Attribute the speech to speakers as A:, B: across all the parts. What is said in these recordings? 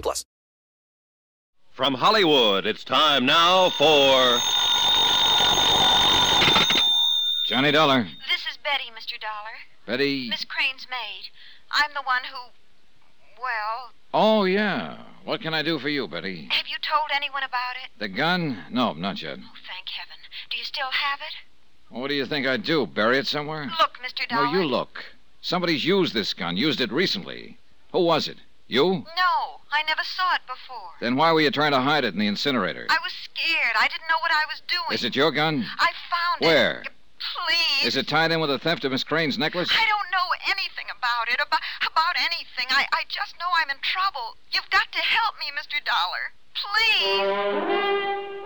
A: plus.
B: From Hollywood, it's time now for. Johnny Dollar.
C: This is Betty, Mr. Dollar.
B: Betty.
C: Miss Crane's maid. I'm the one who. Well,
B: Oh, yeah. What can I do for you, Betty?
C: have you told anyone about it?
B: The gun? No, not yet.
C: Oh, thank heaven. Do you still have it?
B: What do you think I'd do? Bury it somewhere?
C: Look, Mr.
B: No,
C: Dollar.
B: you look. Somebody's used this gun, used it recently. Who was it? You?
C: No, I never saw it before.
B: Then why were you trying to hide it in the incinerator?
C: I was scared. I didn't know what I was doing.
B: Is it your gun?
C: I found
B: Where?
C: it. Please.
B: Is it tied in with the theft of Miss Crane's necklace?
C: I don't know anything about it, about, about anything. I, I just know I'm in trouble. You've got to help me, Mr. Dollar. Please.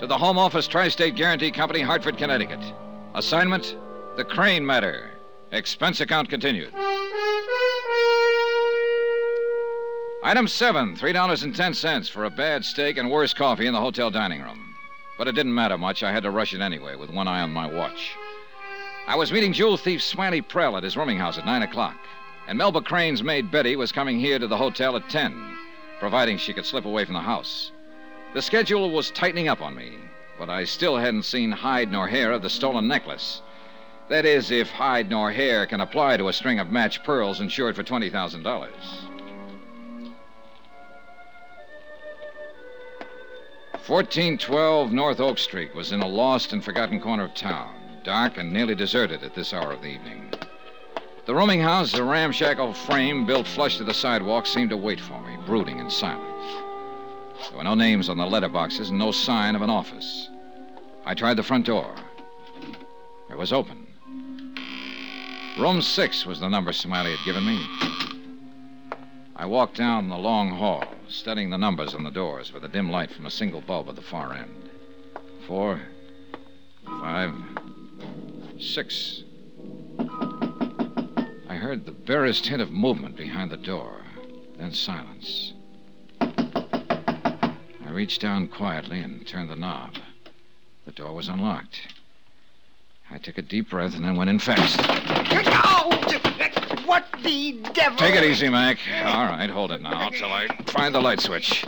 B: to the Home Office Tri State Guarantee Company, Hartford, Connecticut. Assignment The Crane Matter. Expense account continued. Item seven $3.10 for a bad steak and worse coffee in the hotel dining room. But it didn't matter much. I had to rush it anyway with one eye on my watch. I was meeting jewel thief Smiley Prell at his rooming house at 9 o'clock, and Melba Crane's maid Betty was coming here to the hotel at 10, providing she could slip away from the house. The schedule was tightening up on me, but I still hadn't seen hide nor hair of the stolen necklace. That is, if hide nor hair can apply to a string of matched pearls insured for $20,000. Fourteen twelve North Oak Street was in a lost and forgotten corner of town, dark and nearly deserted at this hour of the evening. The rooming house, a ramshackle frame built flush to the sidewalk, seemed to wait for me, brooding in silence. There were no names on the letterboxes and no sign of an office. I tried the front door. It was open. Room six was the number Smiley had given me. I walked down the long hall, studying the numbers on the doors with the dim light from a single bulb at the far end. Four, five, six. I heard the barest hint of movement behind the door, then silence. I reached down quietly and turned the knob. The door was unlocked. I took a deep breath and then went in fast.
D: Oh, what the devil?
B: Take it easy, Mac. All right, hold it now till I find the light switch.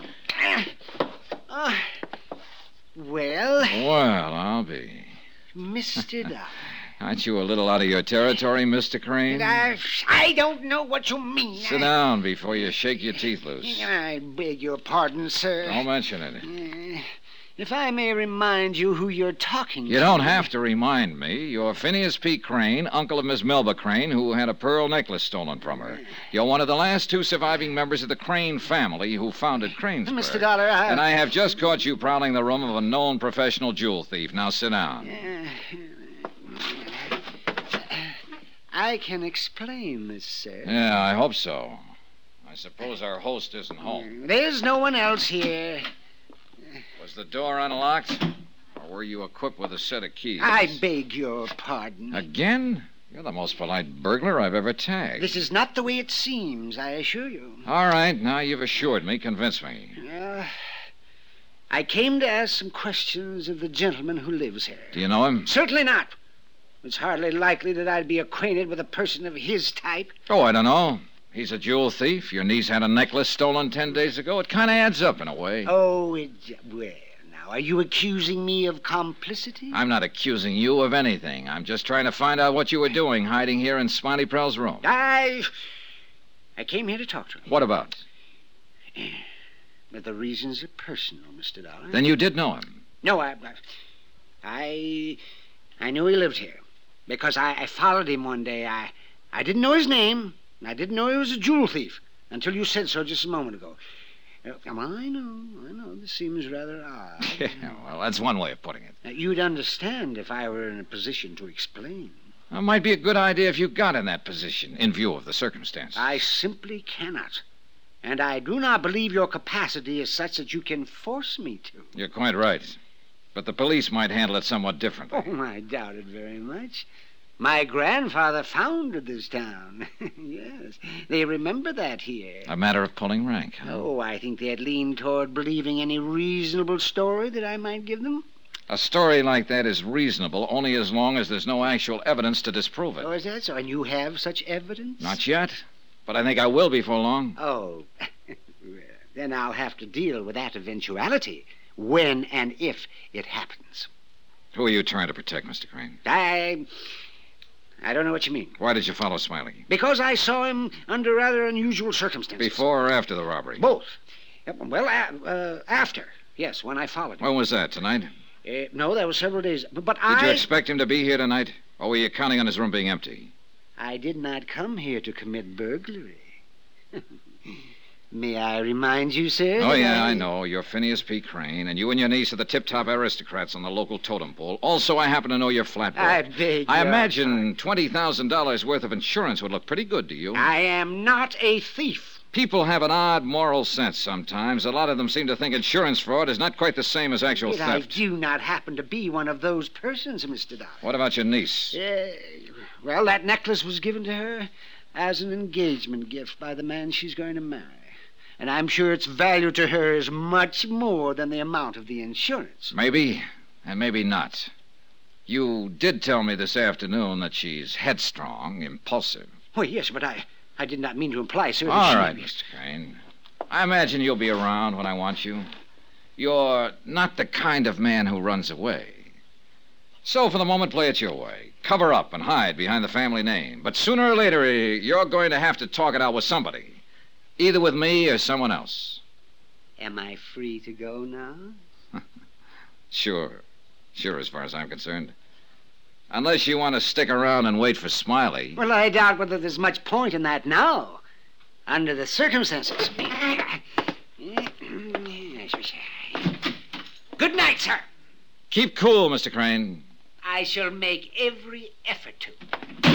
D: Ah. well,
B: Well, I'll be.
D: Mr. Dollar,
B: Aren't you a little out of your territory, Mr. Crane?
D: I, I don't know what you mean.
B: Sit down before you shake your teeth loose.
D: I beg your pardon, sir.
B: Don't mention it.
D: Uh, if I may remind you who you're talking
B: You
D: to.
B: don't have to remind me. You're Phineas P. Crane, uncle of Miss Melba Crane, who had a pearl necklace stolen from her. You're one of the last two surviving members of the Crane family who founded Cranesburg.
D: Mr. Dollar, I-
B: And I have just caught you prowling the room of a known professional jewel thief. Now sit down.
D: uh, I can explain this, sir.
B: Yeah, I hope so. I suppose our host isn't home.
D: There's no one else here.
B: Was the door unlocked? Or were you equipped with a set of keys?
D: I beg your pardon.
B: Again? You're the most polite burglar I've ever tagged.
D: This is not the way it seems, I assure you.
B: All right, now you've assured me, convinced me.
D: Uh, I came to ask some questions of the gentleman who lives here.
B: Do you know him?
D: Certainly not. It's hardly likely that I'd be acquainted with a person of his type.
B: Oh, I don't know. He's a jewel thief. Your niece had a necklace stolen ten days ago. It kind of adds up in a way.
D: Oh, it, well, now, are you accusing me of complicity?
B: I'm not accusing you of anything. I'm just trying to find out what you were doing hiding here in Smiley Prell's room.
D: I, I came here to talk to him.
B: What about?
D: But the reasons are personal, Mr. Dollar.
B: Then you did know him.
D: No, I, I- I, I knew he lived here because I, I followed him one day. I, I didn't know his name. and I didn't know he was a jewel thief until you said so just a moment ago. Uh, Come on, I know, I know. This seems rather odd.
B: Yeah, well, that's one way of putting it.
D: Uh, You'd understand if I were in a position to explain.
B: It might be a good idea if you got in that position in view of the circumstances.
D: I simply cannot. And I do not believe your capacity is such that you can force me to.
B: You're quite right. But the police might handle it somewhat differently.
D: Oh, I doubt it very much. My grandfather founded this town. yes, they remember that here.
B: A matter of pulling rank. huh?
D: Oh, I think they'd lean toward believing any reasonable story that I might give them.
B: A story like that is reasonable only as long as there's no actual evidence to disprove it.
D: Oh, is that so? And you have such evidence?
B: Not yet, but I think I will before long.
D: Oh, well, then I'll have to deal with that eventuality when and if it happens.
B: Who are you trying to protect, Mr. Crane?
D: I. I don't know what you mean.
B: Why did you follow Smiley?
D: Because I saw him under rather unusual circumstances.
B: Before or after the robbery?
D: Both. Uh, Well, a- uh, after. Yes, when I followed him.
B: When was that, tonight? Did
D: Uh, no, that was several days. But, but I.
B: you expect him to be here tonight? Or were you counting on his room being empty?
D: I did not come here to commit burglary. May I remind you, sir?
B: Oh,
D: that
B: yeah, I know. You're Phineas P. Crane, and you and your niece are the tip top aristocrats on the local totem pole. Also, I happen to know your flat.
D: I beg
B: I
D: your
B: imagine $20,000 worth of insurance would look pretty good to you.
D: I am not a thief.
B: People have an odd moral sense sometimes. A lot of them seem to think insurance fraud is not quite the same as actual
D: Yet I
B: theft.
D: do not happen to be one of those persons, Mr. Dollar.
B: What about your niece?
D: Uh, well, that necklace was given to her as an engagement gift by the man she's going to marry. And I'm sure its value to her is much more than the amount of the insurance.
B: Maybe, and maybe not. You did tell me this afternoon that she's headstrong, impulsive.
D: Oh, yes, but I, I did not mean to imply, sir. that
B: All
D: she-
B: right, Mr. Crane. I imagine you'll be around when I want you. You're not the kind of man who runs away. So, for the moment, play it your way. Cover up and hide behind the family name. But sooner or later, eh, you're going to have to talk it out with somebody. Either with me or someone else.
D: Am I free to go now?
B: Sure. Sure, as far as I'm concerned. Unless you want to stick around and wait for Smiley.
D: Well, I doubt whether there's much point in that now, under the circumstances. Good night, sir.
B: Keep cool, Mr. Crane.
D: I shall make every effort to.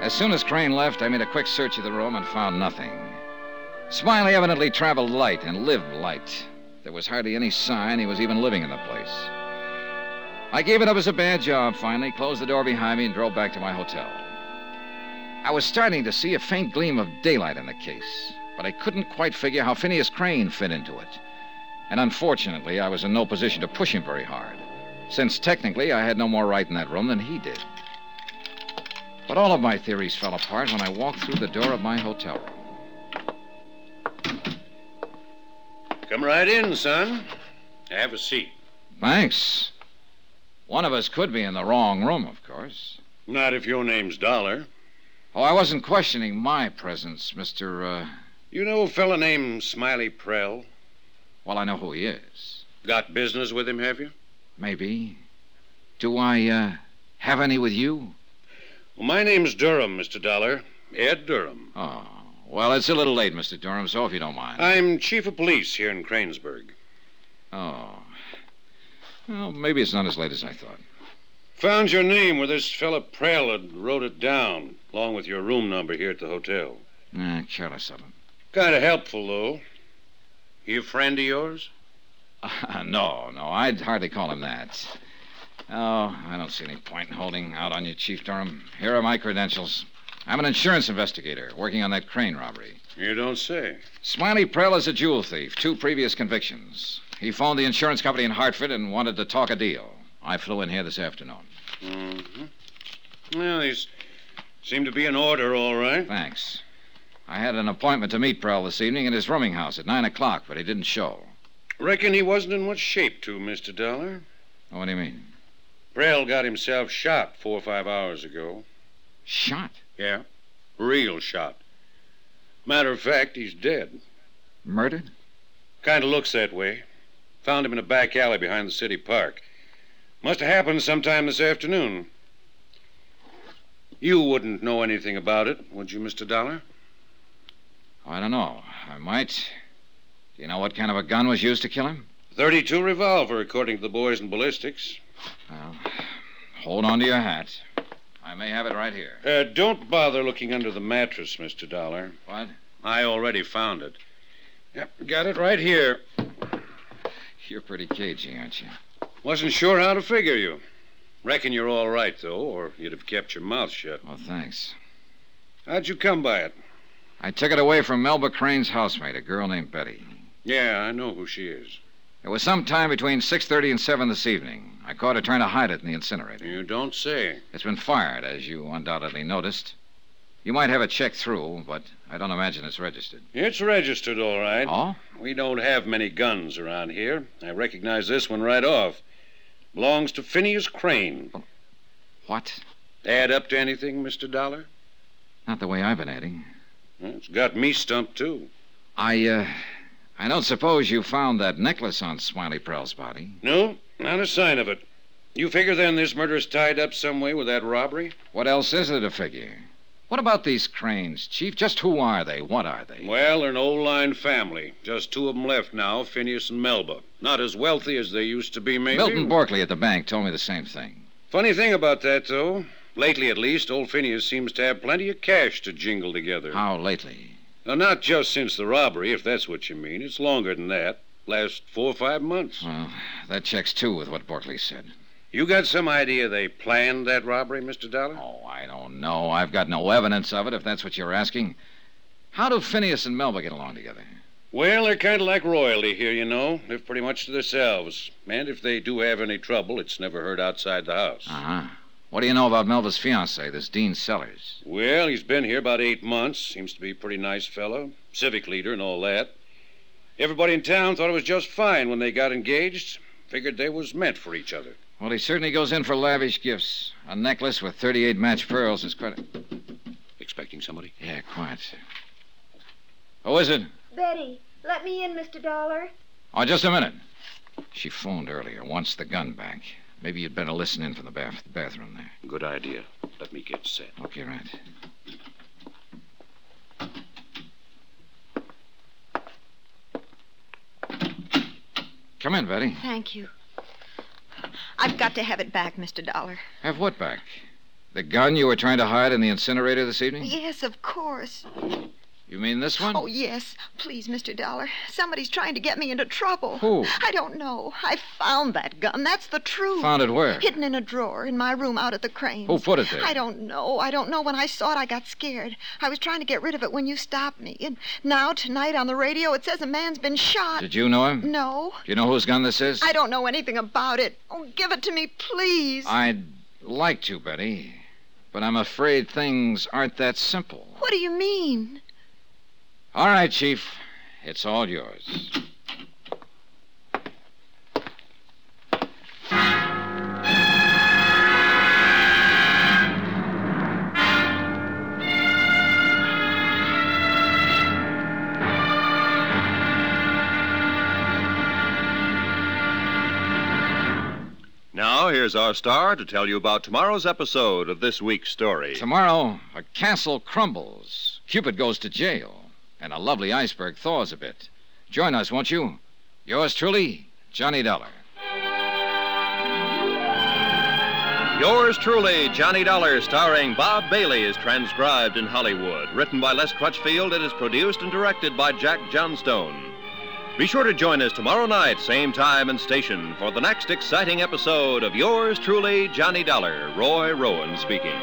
B: As soon as Crane left, I made a quick search of the room and found nothing. Smiley evidently traveled light and lived light. There was hardly any sign he was even living in the place. I gave it up as a bad job finally, closed the door behind me, and drove back to my hotel. I was starting to see a faint gleam of daylight in the case, but I couldn't quite figure how Phineas Crane fit into it. And unfortunately, I was in no position to push him very hard, since technically I had no more right in that room than he did. But all of my theories fell apart when I walked through the door of my hotel room.
E: Come right in, son. Have a seat.
B: Thanks. One of us could be in the wrong room, of course.
E: Not if your name's Dollar.
B: Oh, I wasn't questioning my presence, Mr. Uh,
E: You know a fella named Smiley Prell?
B: well, I know who he is.
E: Got business with him, have you?
B: Maybe. Do I uh, have any with you?
E: Well, my name's Durham, Mr. Dollar. Ed Durham.
B: Oh, well, it's a little late, Mr. Durham, so if you don't mind.
E: I'm chief of police here in Cranesburg.
B: Oh. Well, maybe it's not as late as I thought.
E: Found your name where this fella Prell had wrote it down, along with your room number here at the hotel.
B: Ah, careless of him.
E: Kind of helpful, though. He a friend of yours?
B: no, no, I'd hardly call him that. Oh, I don't see any point in holding out on you, Chief Durham. Here are my credentials. I'm an insurance investigator working on that crane robbery.
E: You don't say.
B: Smiley Prell is a jewel thief, two previous convictions. He phoned the insurance company in Hartford and wanted to talk a deal. I flew in here this afternoon.
E: Mm-hmm. Well, these seem to be in order, all right.
B: Thanks. I had an appointment to meet Prell this evening at his rooming house at 9 o'clock, but he didn't show.
E: Reckon he wasn't in much shape, too, Mr. Dollar.
B: What do you mean?
E: Prell got himself shot four or five hours ago.
B: Shot?
E: Yeah? Real shot. Matter of fact, he's dead.
B: Murdered?
E: Kind of looks that way. Found him in a back alley behind the city park. Must have happened sometime this afternoon. You wouldn't know anything about it, would you, Mr. Dollar?
B: I don't know. I might. Do you know what kind of a gun was used to kill him?
E: 32 revolver, according to the boys in ballistics.
B: Well, hold on to your hat. I may have it right here.
E: Uh, don't bother looking under the mattress, Mr. Dollar.
B: What?
E: I already found it. Yep, got it right here.
B: You're pretty cagey, aren't you?
E: Wasn't sure how to figure you. Reckon you're all right, though, or you'd have kept your mouth shut.
B: Well, thanks.
E: How'd you come by it?
B: I took it away from Melba Crane's housemate, a girl named Betty.
E: Yeah, I know who she is.
B: It was sometime between 6.30 and 7 this evening. I caught her trying to hide it in the incinerator.
E: You don't say.
B: It's been fired, as you undoubtedly noticed. You might have it checked through, but I don't imagine it's registered.
E: It's registered, all right.
B: Oh?
E: We don't have many guns around here. I recognize this one right off. Belongs to Phineas Crane.
B: What?
E: Add up to anything, Mr. Dollar?
B: Not the way I've been adding.
E: Well, It's got me stumped, too.
B: I, uh. I don't suppose you found that necklace on Smiley Prell's body.
E: No, not a sign of it. You figure then this murder's tied up some way with that robbery?
B: What else is there to figure? What about these cranes, Chief? Just who are they? What are they?
E: Well, they're an old line family. Just two of 'em left now, Phineas and Melba. Not as wealthy as they used to be, maybe.
B: Milton Borkley at the bank told me the same thing.
E: Funny thing about that, though. Lately, at least, old Phineas seems to have plenty of cash to jingle together.
B: How lately?
E: Now, not just since the robbery, if that's what you mean. It's longer than that. Last four or five months.
B: Well, that checks too with what Borkley said.
E: You got some idea they planned that robbery, Mr. Dollar?
B: Oh, I don't know. I've got no evidence of it, if that's what you're asking. How do Phineas and Melba get along together?
E: Well, they're kind of like royalty here, you know. They're pretty much to themselves. And if they do have any trouble, it's never heard outside the house.
B: Uh huh. What do you know about Melba's fiance, this Dean Sellers?
E: Well, he's been here about eight months. Seems to be a pretty nice fellow. Civic leader and all that. Everybody in town thought it was just fine when they got engaged. Figured they was meant for each other.
B: Well, he certainly goes in for lavish gifts. A necklace with 38 matched pearls is quite. A...
E: Expecting somebody?
B: Yeah, quite. Who is it?
F: Betty, let me in, Mr. Dollar.
B: Oh, just a minute. She phoned earlier, wants the gun back. Maybe you'd better listen in from the bath- bathroom there.
E: Good idea. Let me get set.
B: Okay, right. Come in, Betty.
C: Thank you. I've got to have it back, Mr. Dollar.
B: Have what back? The gun you were trying to hide in the incinerator this evening?
C: Yes, of course.
B: You mean this one?
C: Oh, yes. Please, Mr. Dollar. Somebody's trying to get me into trouble.
B: Who?
C: I don't know. I found that gun. That's the truth.
B: Found it Oh, where?
C: Hidden in a drawer in my room out at the crane.
B: Who put it there?
C: I don't know. I don't know. When I saw it, I got scared. I was trying to get rid of it when you stopped me. And now, tonight on the radio, it says a man's been shot.
B: Did you know him?
C: No.
B: Do you know whose gun this is?
C: I don't know anything about it. Oh, give it to me, please.
B: I'd like to, Betty, but I'm afraid things aren't that simple.
C: What do you mean?
B: All right, Chief. It's all yours.
G: Now, here's our star to tell you about tomorrow's episode of this week's story.
B: Tomorrow, a castle crumbles, Cupid goes to jail, and a lovely iceberg thaws a bit. Join us, won't you? Yours truly, Johnny Dollar.
G: Yours truly, Johnny Dollar, starring Bob Bailey, is transcribed in Hollywood. Written by Les Crutchfield, it is produced and directed by Jack Johnstone.
E: Be sure to join us tomorrow night, same time and station, for the next exciting episode of yours truly, Johnny Dollar, Roy Rowan speaking.